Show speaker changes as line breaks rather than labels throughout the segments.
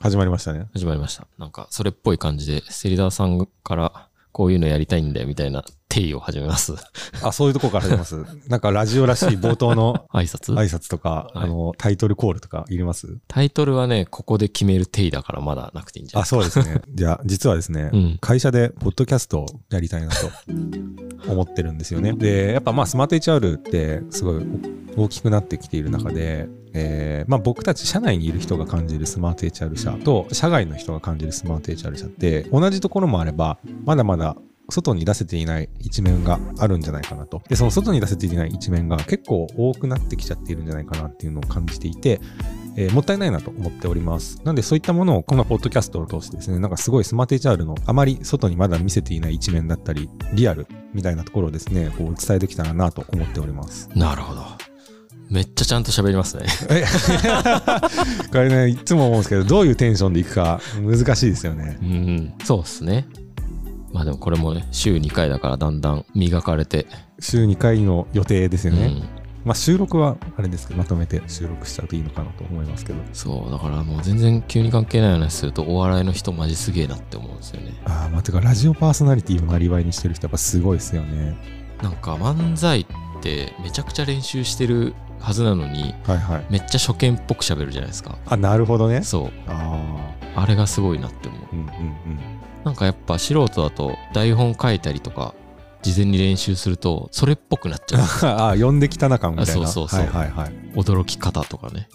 始まりましたね。
始まりました。なんか、それっぽい感じで、芹沢さんから、こういうのやりたいんだよ、みたいな定義を始めます。
あ、そういうとこから始めます。 なんかラジオらしい冒頭の
挨拶、
挨拶とか、
はい
あの、タイトルコールとかいります
タイトルはね、ここで決める定義だからまだなくていいんじゃな
あ、
い
そうです ね。じゃあ、実はですね、
うん
会社でポッドキャストをやりたいな と思ってるんですよね。で、やっぱまあ、スマート HR ってすごい大きくなってきている中で、えーまあ、僕たち社内にいる人が感じるスマート HR 社と社外の人が感じるスマート HR 社って同じところもあればまだまだ外に出せていない一面があるんじゃないかなとでその外に出せていない一面が結構多くなってきちゃっているんじゃないかなっていうのを感じていてえーもったいないなと思っております。なんでそういったものをこのポッドキャストを通してですね、なんかすごいスマート HR のあまり外にまだ見せていない一面だったり、リアルみたいなところをですね、こうお伝えできたらなと思っております。
なるほど。めっちゃちゃんと喋りますね。
これね、いつも思うんですけど、どういうテンションでいくか難しいですよね。
うん、そうっすね。まあでもこれもね、週2回だからだんだん磨かれて、
週2回の予定ですよね。
うん
まあ収録はあれですけど、まとめて収録しちゃうといいのかなと思いますけど。
そう、だからもう全然急に関係ない話すると、お笑いの人マジすげえなって思うんですよね。
ああ、まあ、てかラジオパーソナリティをなりわいにしてる人やっぱすごいですよね。
なんか漫才ってめちゃくちゃ練習してるはずなのに、
はいはい。
めっちゃ初見っぽく喋るじゃないですか。
あ、なるほどね。
そう、
ああ、
あれがすごいなって思う。
うんうんうん。
なんかやっぱ素人だと台本書いたりとか、事前に練習すると、それっぽくなっちゃう。
ああ、呼んできたな感みたいな。
あそうそうそう
はいはいはい。
驚き方とかね。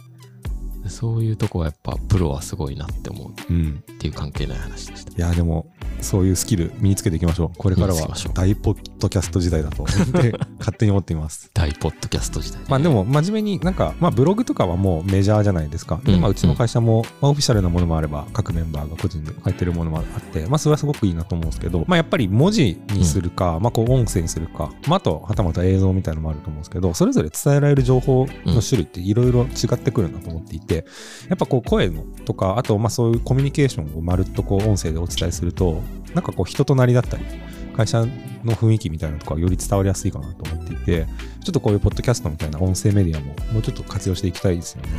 そういうとこはやっぱプロはすごいなって思うっ
うん。
ていう関係ない話でした。
いや、でも、そういうスキル身につけていきましょう。これから
身につけ
は
ましょう
大ポッドキャスト時代だと で勝手に思っています。
大ポッドキャスト時代、
まあでも真面目になんか、まあブログとかはもうメジャーじゃないですか。で、まあ
うん
うちの会社も、まあオフィシャルなものもあれば、各メンバーが個人で書いてるものもあって、まあそれはすごくいいなと思うんですけど、まあやっぱり文字にするか、まあこう音声にするか、まああとはたまた映像みたいなのもあると思うんですけど、それぞれ伝えられる情報の種類っていろいろ違ってくるなと思っていて、やっぱこう声のとか、あとまあそういうコミュニケーションをまるっとこう音声でお伝えすると、なんかこう人となりだったり、会社の雰囲気みたいなとかがより伝わりやすいかなと思っていて、ちょっとこういうポッドキャストみたいな音声メディアももうちょっと活用していきたいですよね。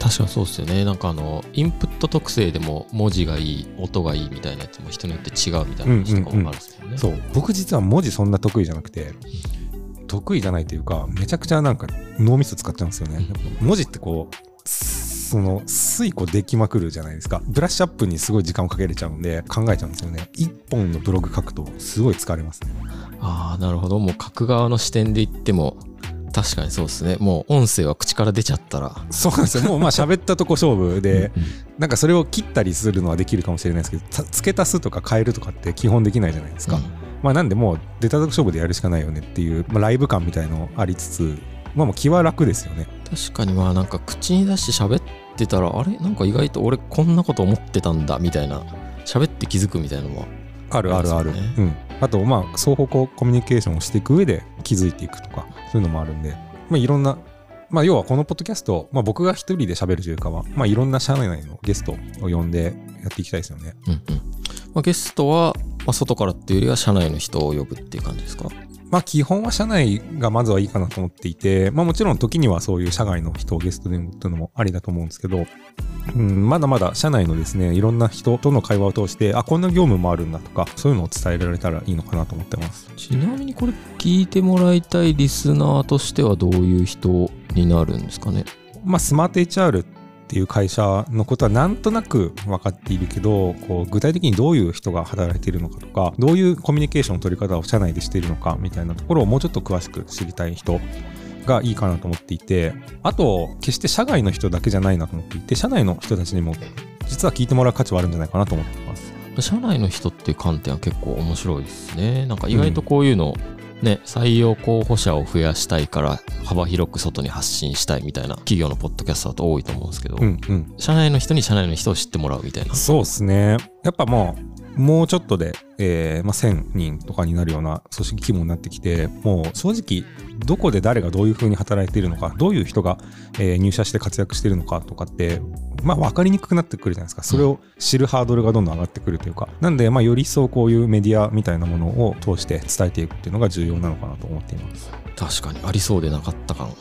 確かそうですよね。なんかあの、インプット特性でも文字がいい、音がいいみたいなやつも人によって違うみたいな話とかもあるんですよね。
そう、僕実は文字そんな得意じゃなくて、得意じゃないというか、めちゃくちゃなんか脳みそ使っちゃうんですよね。文字ってこう、その推こできまくるじゃないですかブラッシュアップにすごい時間をかけれちゃうんで考えちゃうんですよね一本のブログ書くとすごい疲れますね
ああ、なるほど。もう書く側の視点で言っても、確かにそうですね。もう音声は口から出ちゃったら、
そうなんですよもうまあ喋ったとこ勝負で
うん
なんかそれを切ったりするのはできるかもしれないですけどた付け足すとか変えるとかって基本できないじゃないですか、まあ、なんでもう出たとこ勝負でやるしかないよねっていう、まあ、ライブ感みたいのありつつ、まあ、もう気は楽ですよね。
確かにまあなんか口に出して喋ってたらあれなんか意外と俺こんなこと思ってたんだみたいな喋って気づくみたいなのは
あるあるある。
そうです
うん、あとまあ双方向コミュニケーションをしていく上で気づいていくとかそういうのもあるんで、まあ、いろんな、まあ、要はこのポッドキャスト、まあ、僕が一人で喋るというかは、まあ、いろんな社内のゲストを呼んでやっていきたいですよね。
うんうん、まあ、ゲストは、まあ、外からっていうよりは社内の人を呼ぶっていう感じですか
まあ基本は社内がまずはいいかなと思っていて、まあもちろん時にはそういう社外の人をゲストで呼ぶっていうのもありだと思うんですけど、うん、まだまだ社内のですね、いろんな人との会話を通して、あ、こんな業務もあるんだとか、そういうのを伝えられたらいいのかなと思ってます。
ちなみにこれ聞いてもらいたいリスナーとしてはどういう人になるんですかね
まあスマート HR っていう会社のことはなんとなく分かっているけど、こう具体的にどういう人が働いているのかとか、どういうコミュニケーションの取り方を社内でしているのかみたいなところをもうちょっと詳しく知りたい人がいいかなと思っていて、あと、決して社外の人だけじゃないなと思っていて、社内の人たちにも実は聞いてもらう価値はあるんじゃないかなと思っています。
社内の人っていう観点は結構面白いですねなんか意外とこういうの、ね、採用候補者を増やしたいから幅広く外に発信したいみたいな企業のポッドキャストだと多いと思うんですけど、
うんうん。
社内の人に社内の人を知ってもらうみたいな。
そうですね。やっぱもう、もうちょっとで、えーまあ、1000人とかになるような組織規模になってきて、もう正直、どこで誰がどういう風に働いているのか、どういう人が、えー入社して活躍しているのかとかって、まあ、分かりにくくなってくるじゃないですか。それを知るハードルがどんどん上がってくるというか。なんで、まあ、より一層こういうメディアみたいなものを通して伝えていくっていうのが重要なのかなと思っています。
確かにありそうでなかったかも。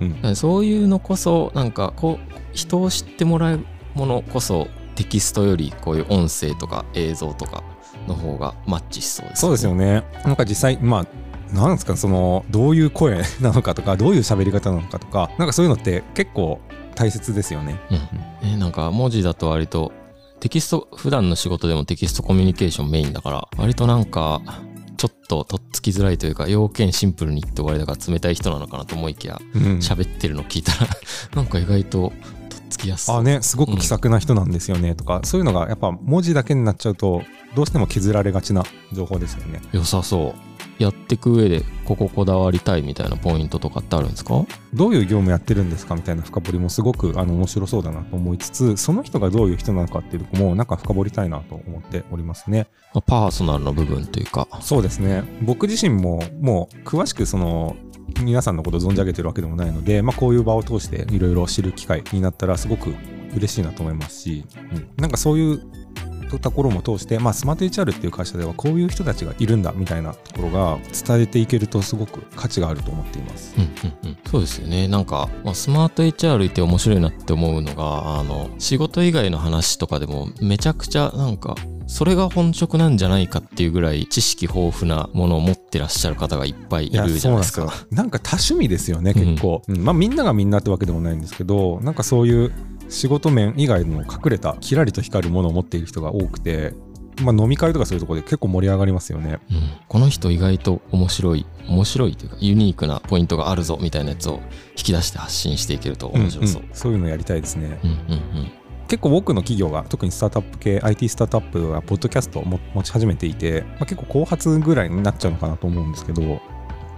うんうん。
そういうのこそ、なんかこう、人を知ってもらうものこそ、テキストよりこういう音声とか映像とかの方がマッチしそうです、
そうですよね。なんか実際、まあ、なんですか、その、どういう声 なのかとか、どういう喋り方なのかとか、なんかそういうのって結構大切ですよね。
うんえなんか文字だと割とテキスト普段の仕事でもテキストコミュニケーションメインだから割となんかちょっととっつきづらいというか要件シンプルに言って終わりだから冷たい人なのかなと思いきや
うん
喋ってるの聞いたら なんか意外ととっつきやすい
あね、すごく気さくな人なんですよねとか、そういうのがやっぱ文字だけになっちゃうとどうしても削られがちな情報ですよね。
良さそうやってく上でこここだわりたいみたいなポイントとかってあるんですか
どういう業務やってるんですかみたいな深掘りもすごくあの面白そうだなと思いつつその人がどういう人なのかっていうとこもなんか深掘りたいなと思っておりますね。
まあパーソナルの部分というか
そうですね僕自身ももう詳しくその皆さんのことを存じ上げてるわけでもないので、まあ、こういう場を通していろいろ知る機会になったらすごく嬉しいなと思いますし、うんなんかそういうところも通して、まあ、スマート HR っていう会社ではこういう人たちがいるんだみたいなところが伝えていけるとすごく価値があると思っています。
うんうんうん、そうですよねなんか、まあ、スマート HR いて面白いなって思うのがあの仕事以外の話とかでもめちゃくちゃなんかそれが本職なんじゃないかっていうぐらい知識豊富なものを持ってらっしゃる方がいっぱいいるじゃないです
やそうなん
か。
ですよなんか多趣味ですよね結構、うんまあみんながみんなってわけでもないんですけどなんかそういう仕事面以外の隠れたキラリと光るものを持っている人が多くて、まあ、飲み会とかそういうところで結構盛り上がりますよね
うん、この人意外と面白い面白いというかユニークなポイントがあるぞみたいなやつを引き出して発信していけると面白そう。
んんそういうのやりたいですね
うんうんうん
結構多くの企業が特にスタートアップ系 IT スタートアップがポッドキャストをも持ち始めていて、まあ、結構後発ぐらいになっちゃうのかなと思うんですけど、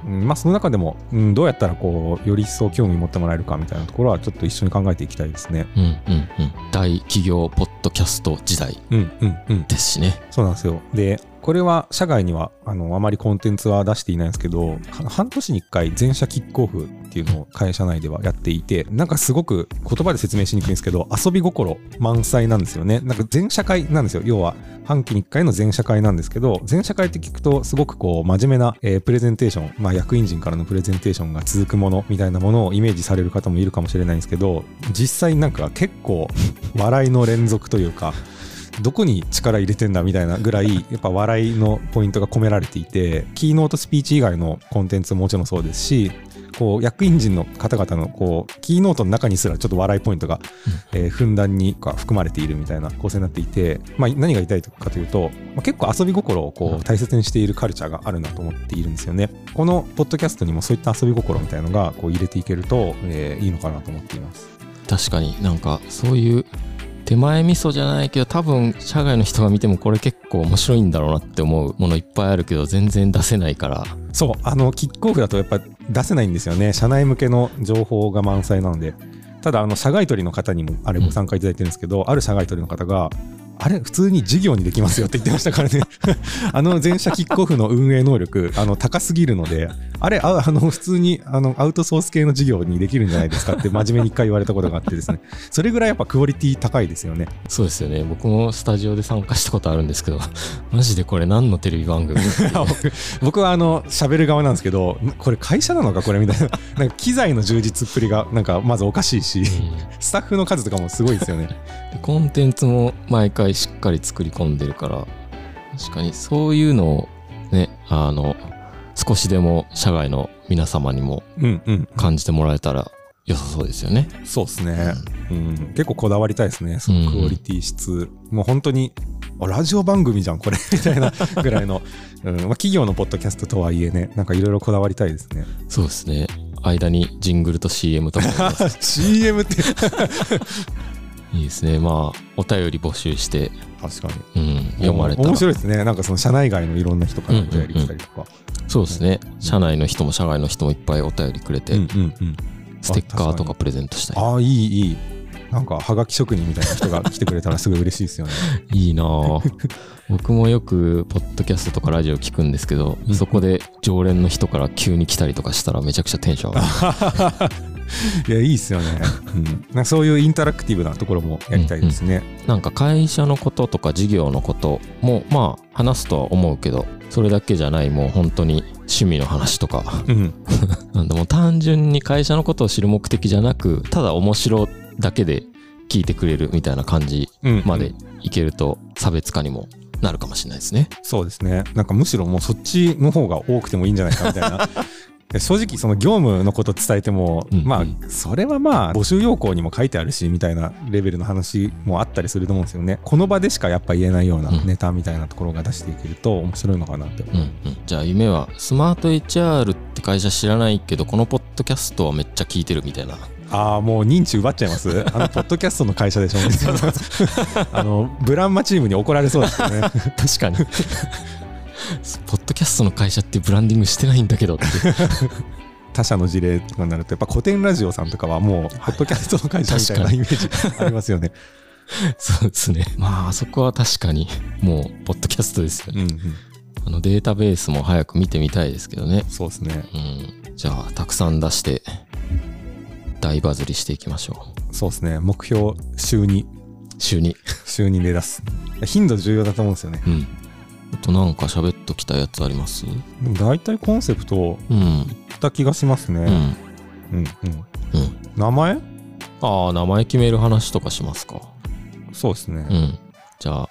うんまあ、その中でも、うん、どうやったらこうより一層興味持ってもらえるかみたいなところはちょっと一緒に考えていきたいですね。
うんうんうん大企業ポッドキャスト時代
うんうんうん、
ですしね。
そうなんですよ。で、これは社外にはあのあまりコンテンツは出していないんですけど、は半年に1回全社キックオフっていうのを会社内ではやっていて、なんかすごく言葉で説明しにくいんですけど、遊び心満載なんですよね。なんか全社会なんですよ。要は半期に1回の全社会なんですけど、全社会って聞くとすごくこう真面目な、えープレゼンテーション、まあ、役員陣からのプレゼンテーションが続くものみたいなものをイメージされる方もいるかもしれないんですけど、実際なんか結構笑いの連続というか、どこに力入れてんだみたいなぐらいやっぱ笑いのポイントが込められていてキーノートスピーチ以外のコンテンツももちろんそうですしこう役員陣の方々のこうキーノートの中にすらちょっと笑いポイントが、えーふんだんにか含まれているみたいな構成になっていて、まあ、何が言いたいかというと、まあ、結構遊び心をこう大切にしているカルチャーがあるなと思っているんですよねこのポッドキャストにもそういった遊び心みたいのがこう入れていけると、えーいいのかなと思っています
確かになんかそういう手前味噌じゃないけど多分社外の人が見てもこれ結構面白いんだろうなって思うものいっぱいあるけど全然出せないから
そう、あの、キックオフだとやっぱ出せないんですよね。社内向けの情報が満載なので。ただ、あの、社外取りの方にも、あれ
うん
ご参加いただいてるんですけど、ある社外取りの方が、あれ、普通に事業にできますよって言ってましたからね。 あの、全社キックオフの運営能力、あの、高すぎるので、あれ、ああの、普通に、あの、アウトソース系の事業にできるんじゃないですかって、真面目に一回言われたことがあってですね。それぐらいやっぱクオリティ高いですよね。
そうですよね僕もスタジオで参加したことあるんですけどマジでこれ何のテレビ番組
僕 僕はあの喋る側なんですけどこれ会社なのかこれみたいな なんか機材の充実っぷりがなんかまずおかしいし
うん
スタッフの数とかもすごいですよね
でコンテンツも毎回しっかり作り込んでるから確かにそういうのをねあの少しでも社外の皆様にも
うんうん
感じてもらえたら良さそうですよね。
そうですね、うん、結構こだわりたいですねそのクオリティ質、もう本当にあラジオ番組じゃんこれ みたいなぐらいの、うんまあ、企業のポッドキャストとはいえねなんかいろいろこだわりたいです ね
そうですね。間にジングルと CM とか。
CM って
いいですね。まあ、お便り募集して、
確かに
うん、読まれたら
面。白いですねなんかその社内外のいろんな人からお便り来たりとか、
そうですね。社内の人も社外の人もいっぱいお便りくれて、
うんうんうん
ステッカーとかプレゼントした
ああいいいいなんかはがき職人みたいな人が来てくれたらすごい嬉しいですよね
い。いいなあ僕もよく、ポッドキャストとかラジオ聞くんですけど、
うん
そこで常連の人から急に来たりとかしたらめちゃくちゃテンション上がる。
いやいいっすよね、うん、なんかそういうインタラクティブなところもやりたいですね、
なんか会社のこととか事業のことも、まあ、話すとは思うけど、それだけじゃない、もう本当に趣味の話とか、
うん
なんでもう単純に会社のことを知る目的じゃなくただ面白だけで聞いてくれるみたいな感じ
うん
までいけると差別化にもなるかもしれないですね。
そうですね。なんかむしろもうそっちの方が多くてもいいんじゃないかみたい な。で正直その業務のこと伝えても、
うんうん
まあそれはまあ募集要項にも書いてあるしみたいなレベルの話もあったりすると思うんですよね。この場でしかやっぱ言えないような
うん
ネタみたいなところが出していけると面白いのかなって。
うんうん、じゃあ夢はスマート HR って会社知らないけどこのポッドキャストはめっちゃ聞いてるみたいな
ああもう認知奪っちゃい ます。あのポッドキャストの会社でしょ。 あのブランマチームに怒られそうですよね。
確かに ポッドキャストの会社ってブランディングしてないんだけどって
他社の事例とかになるとやっぱ古典ラジオさんとかはもうポッドキャストの会社みたいなイメージありますよね。
そうですねまああそこは確かにもうポッドキャストですよ
うん
ね、
うん
あのデータベースも早く見てみたいですけどね
そうですね。
うんじゃあたくさん出して大バズりしていきましょ
そうですね。目標、週2、
う週に
週2で出す。頻度重要だと思うんですよね。
うんあとなんか喋っときたいやつあります
でも大体コンセプト
うん
言った気がします
うんう
ね。
ん
うん、うん、
うん
名前
ああ名前決める話とかしますか
そうですね。
うん。じゃあ、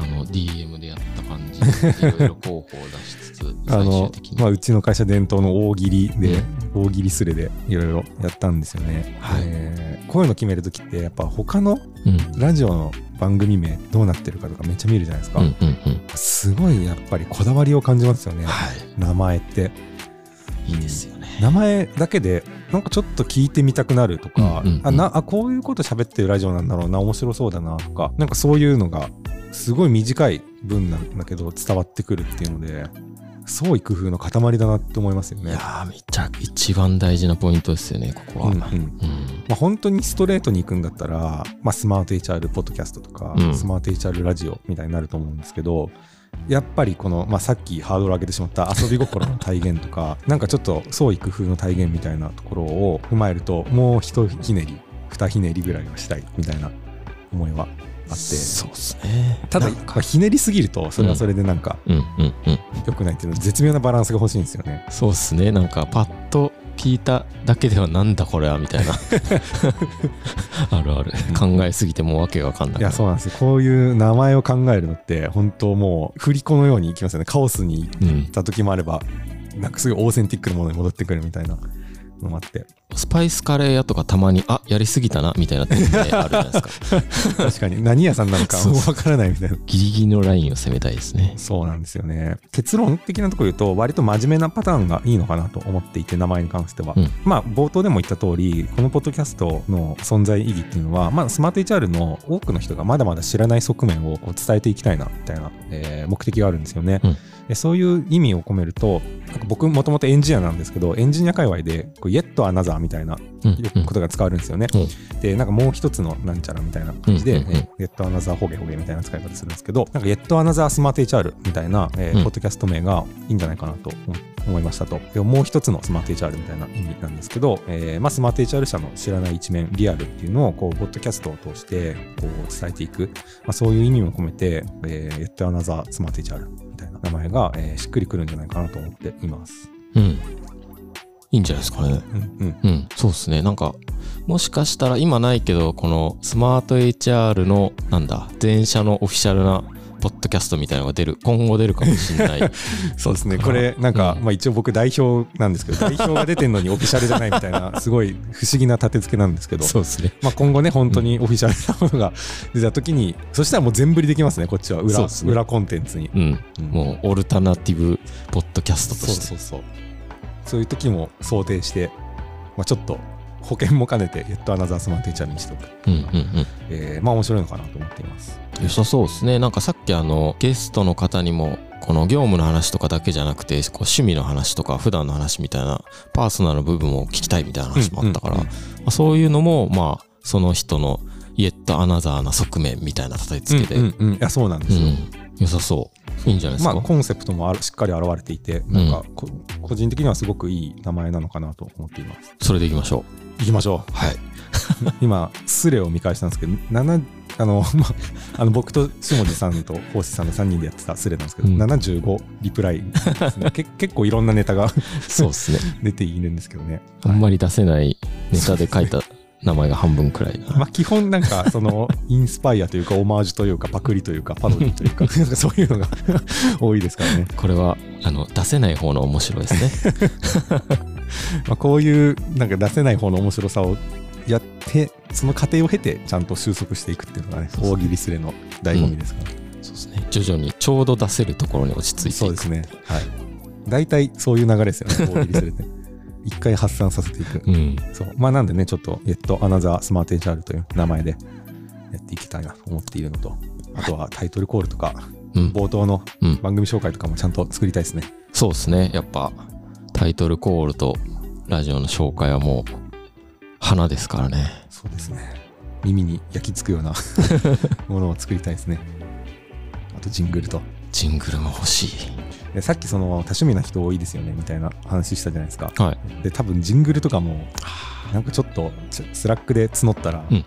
あの、DM でやった感じで、いろいろ候補を出しつ つ、
あ
最終
の
的、に。
まあ、うちの会社伝統の大喜利で、
う
大喜利スレでいろいろやったんですよね。
はい
えーこういうの決めるときって、やっぱ他の
うん。
ラジオの番組名どうなってるかとかめっちゃ見るじゃないですか。
うんうんうん。
すごいやっぱりこだわりを感じますよね。
はい。
名前って。
いいですよね。
名前だけでなんかちょっと聞いてみたくなるとか、
うんうんうん
あなあこういうこと喋ってるラジオなんだろうな面白そうだなとかなんかそういうのがすごい短い文なんだけど伝わってくるっていうので創意工夫の塊だなって思いますよ
い
ね
や。ー、めっちゃ一番大事なポイントですよね、ここは。
う
う
う
ん。
んんまあ、本当にストレートに行くんだったら、まあ、スマート HR ポッドキャストとか、
うん
スマート HR ラジオみたいになると思うんですけどやっぱりこの、まあ、さっきハードル上げてしまった遊び心の体現と かなんかちょっと創意工夫の体現みたいなところを踏まえるともうひとひねり二ひねりぐらいはしたいみたいな思いはあって
そうですね。
ただ
なん
まあひねりすぎるとそれはそれでなんか
うんうんうん。
良くないっていうのは絶妙なバランスが欲しいんですよね。
そうですね。なんか、パッと聞いただけではなんだこれは、み たいな。あるある。考えすぎてもうわけがわかんない
いやそうなんですよこういう名前を考えるのって本当もう振り子のようにいきますよねカオスに
う
行っ
ん。
た時もあればなんかすごいオーセンティックなものに戻ってくるみたいなのもあって
スパイスカレー屋とかたまに、あ、やりすぎたな、みたいな時ね、あるじゃないですか。
確かに 何屋さんなのか
そう
わからないみたいな
ギリギリのラインを攻めたいですね。
そうなんですよね結論的なところ言うと割と真面目なパターンがいいのかなと思っていて名前に関しては、
うん
まあ冒頭でも言った通りこのポッドキャストの存在意義っていうのは、まあ、スマート HR の多くの人がまだまだ知らない側面をこう伝えていきたいなみたいな、えー目的があるんですよね、
うん
でそういう意味を込めるとなんか僕もともとエンジニアなんですけどエンジニア界隈でこう「Yet Another」みたいな
うん
よくことが使われるんですよね。で、なんかもう一つのなんちゃらみたいな感じで、
うんうんうん
えー Yet Another ホゲホゲみたいな使い方するんですけど、なんか Yet Another Smart HR みたいな、えー
うん
ポッドキャスト名がいいんじゃないかなと思思いましたと。でもう一つの Smart HR みたいな意味なんですけど、えーまあ、Smart HR 社の知らない一面、リアルっていうのを、こう、ポッドキャストを通して、こう、伝えていく、まあ、そういう意味も込めて、えー、Yet Another Smart HR みたいな名前が、えーしっくりくるんじゃないかなと思っています。
うん。いいんじゃないですかね。
うんうん。
うん。そうですね。なんか、もしかしたら今ないけど、このスマート HR の、なんだ、全社のオフィシャルなポッドキャストみたいなのが出る、今後出るかもしれ ない。
そうですね、これ、なんか、
うん
まあ一応僕代表なん ですけど、代表が出てるのにオフィシャルじゃないみたいな、すごい不思議な立て付けなんですけど、
うですね。
まあ今後ね、本当にオフィシャルなものが出た時に、そしたらもう全振りできますね、こっちは裏、
そうですね
裏コンテンツに。
うん。
うん
もう、オルタナティブポッドキャストと
そう
して。
そうそう。そういう時も想定して、まあちょっと保険も兼ねて、ゲットアナザースマートティーチャーにしておく。
うんうんうん。
えーまあ面白いのかなと思っています。
良さそうですね。なんかさっきあの、ゲストの方にも、この業務の話とかだけじゃなくて、こう趣味の話とか、普段の話みたいな、パーソナルの部分を聞きたいみたいな話もあったから、
うんうん
まあそういうのも、まあ、その人の、イエットアナザーな側面みたいな叩きつけて、
う
うんん、
うんうんいや、そうなんですよ。
良さそう。いいんじゃないです
ま
か。
あ、コンセプトもあるしっかり現れていて、なんかこ、個人的にはすごくいい名前なのかなと思っています。
それ でいきましょ
行きましょ
う。はい。
う。今、 スレを見返したんですけど、7、あの、 まあ、あの僕と下地さんと法師さんの3人でやってたスレなんですけど、
うん
75リプライです ねけ結構いろんなネタが
そうですね。
出ているんですけどね。
あんまり出せないネタで書いた名前が半分くらいな。
まあ、基本なんかそのインスパイアというかオマージュというかパクリというかパロディというか なんかそういうのが多いですからね、
これはあの出せない方の面白いですね。
まあ、こういうなんか出せない方の面白さをやってその過程を経てちゃんと収束していくっていうのがね
そうそう
大喜利スレの醍醐味ですから、
そうですね。徐々にちょうど出せるところに落ち着いていく。
そうですねはい大体そういう流れで すよね大喜利スレって一回発散させていく
うん。
そうまあなんでねちょっと「えっとアナザースマートエンチャール」という名前でやっていきたいなと思っているのとあとはタイトルコールとか
うん。
冒頭の
うん
番組紹介とかもちゃんと作りたいですね
そうですね。やっぱタイトルコールとラジオの紹介はもう花ですからね。
そうですね。耳に焼き付く ようなものを作りたいですね。あとジングルと。
ジングルも欲しい。
でさっきその多趣味な人多いですよねみたいな話したじゃないですか。
はい。
で多分ジングルとかもなんかちょっとちょスラックで募ったら、
うんうん。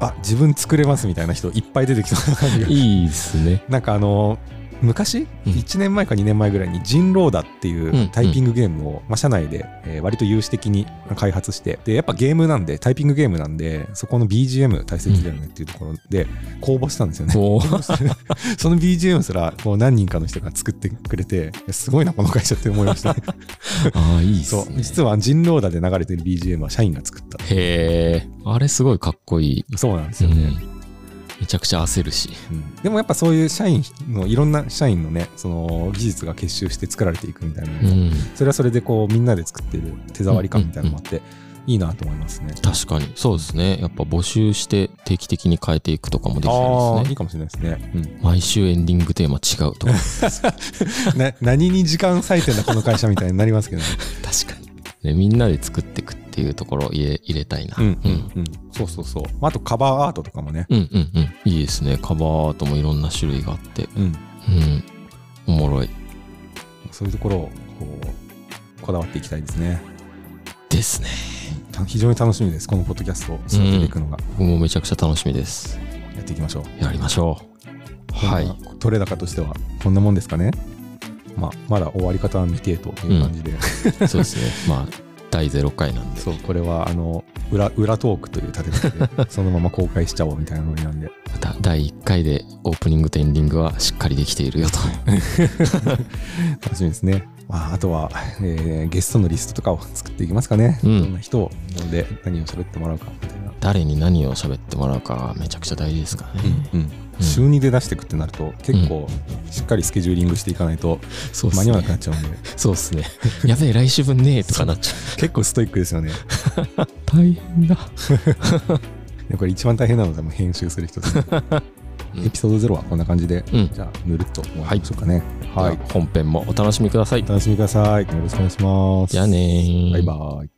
あ自分作れますみたいな人いっぱい出てきそうな感じが。
いいですね。
なんかあの昔、
うん
1年前か2年前ぐらいに「ジンローダ」ってい
うん
うタイピングゲームを、まあ、社内で、えー割と有志的に開発してでやっぱゲームなんでタイピングゲームなんでそこの BGM 大切だよねっていうところで公募したんですよね、
お ー
その BGM すらこう何人かの人が作ってくれてすごいなこの会社って思いましたね
ああ、いいっす
そ
ね。
う実は「ジンローダ」で流れてる BGM は社員が作った
へえ。あれすごいかっこいい。
そうなんです
う
よね、
ん。めちゃくちゃ焦るし。
うんでもやっぱそういう社員のいろんな社員のねその技術が結集して作られていくみたいなのが
うん。
それはそれでこうみんなで作ってる手触り感みたいなのもあって、いいなと思いますね。
確かに。そうですね。やっぱ募集して定期的に変えていくとかもできた
あ
らい
あ
い
ーい
ですね
い。かもしれないですね。
毎週エンディングテーマ違うとか。
な何に時間割いてんだこの会社みたいになりますけどね。
確かに。ね、みんなで作っていくっていうところを入れ入れたいな。うん。
うん、そうそうそう。まああとカバーアートとかもね。
うんうんうん。いいですね。カバーアートもいろんな種類があって。
うん、
うん。おもろい。
そういうところをこうこだわっていきたいですね。
ですね。
た非常に楽しみですこのポッドキャストを育てていくのが、
僕もめちゃくちゃ楽しみです。
やっていきましょう。
やりましょう。はい。
まあ。取れ高としてはこんなもんですかね。まあまだ終わり方は未定という感じで。
そうです ね。まあ、第0回なん で。
そうこれはあの裏裏トークという立て 方でそのまま公開しちゃおうみたいなノリなんで
また第1回でオープニングとエンディングはしっかりできているよと。
楽しみですね、まあ、あとは、えーゲストのリストとかを作っていきますかね、
うん
どんな人を呼んで何を喋ってもらうかみたいな、
誰に何を喋ってもらうかがめちゃくちゃ大事ですからね。
週2で出していくってなると結構しっかりスケジューリングしていかないと
そうで
間
す
に合わなく
ね。
なっちゃうんで、
そうっすね。やべえ、来週分ねえとかなっちゃう。
結構ストイックですよね
大変だ。
でこれ一番大変なのは多分編集する人です ねエピソード0はこんな感じで、
うん
じゃあぬるっと終わりましょうかね
は
はいい、、
本編もお楽しみください。
お楽しみくださいよろしくお願いします
じゃあねー。
バイバイ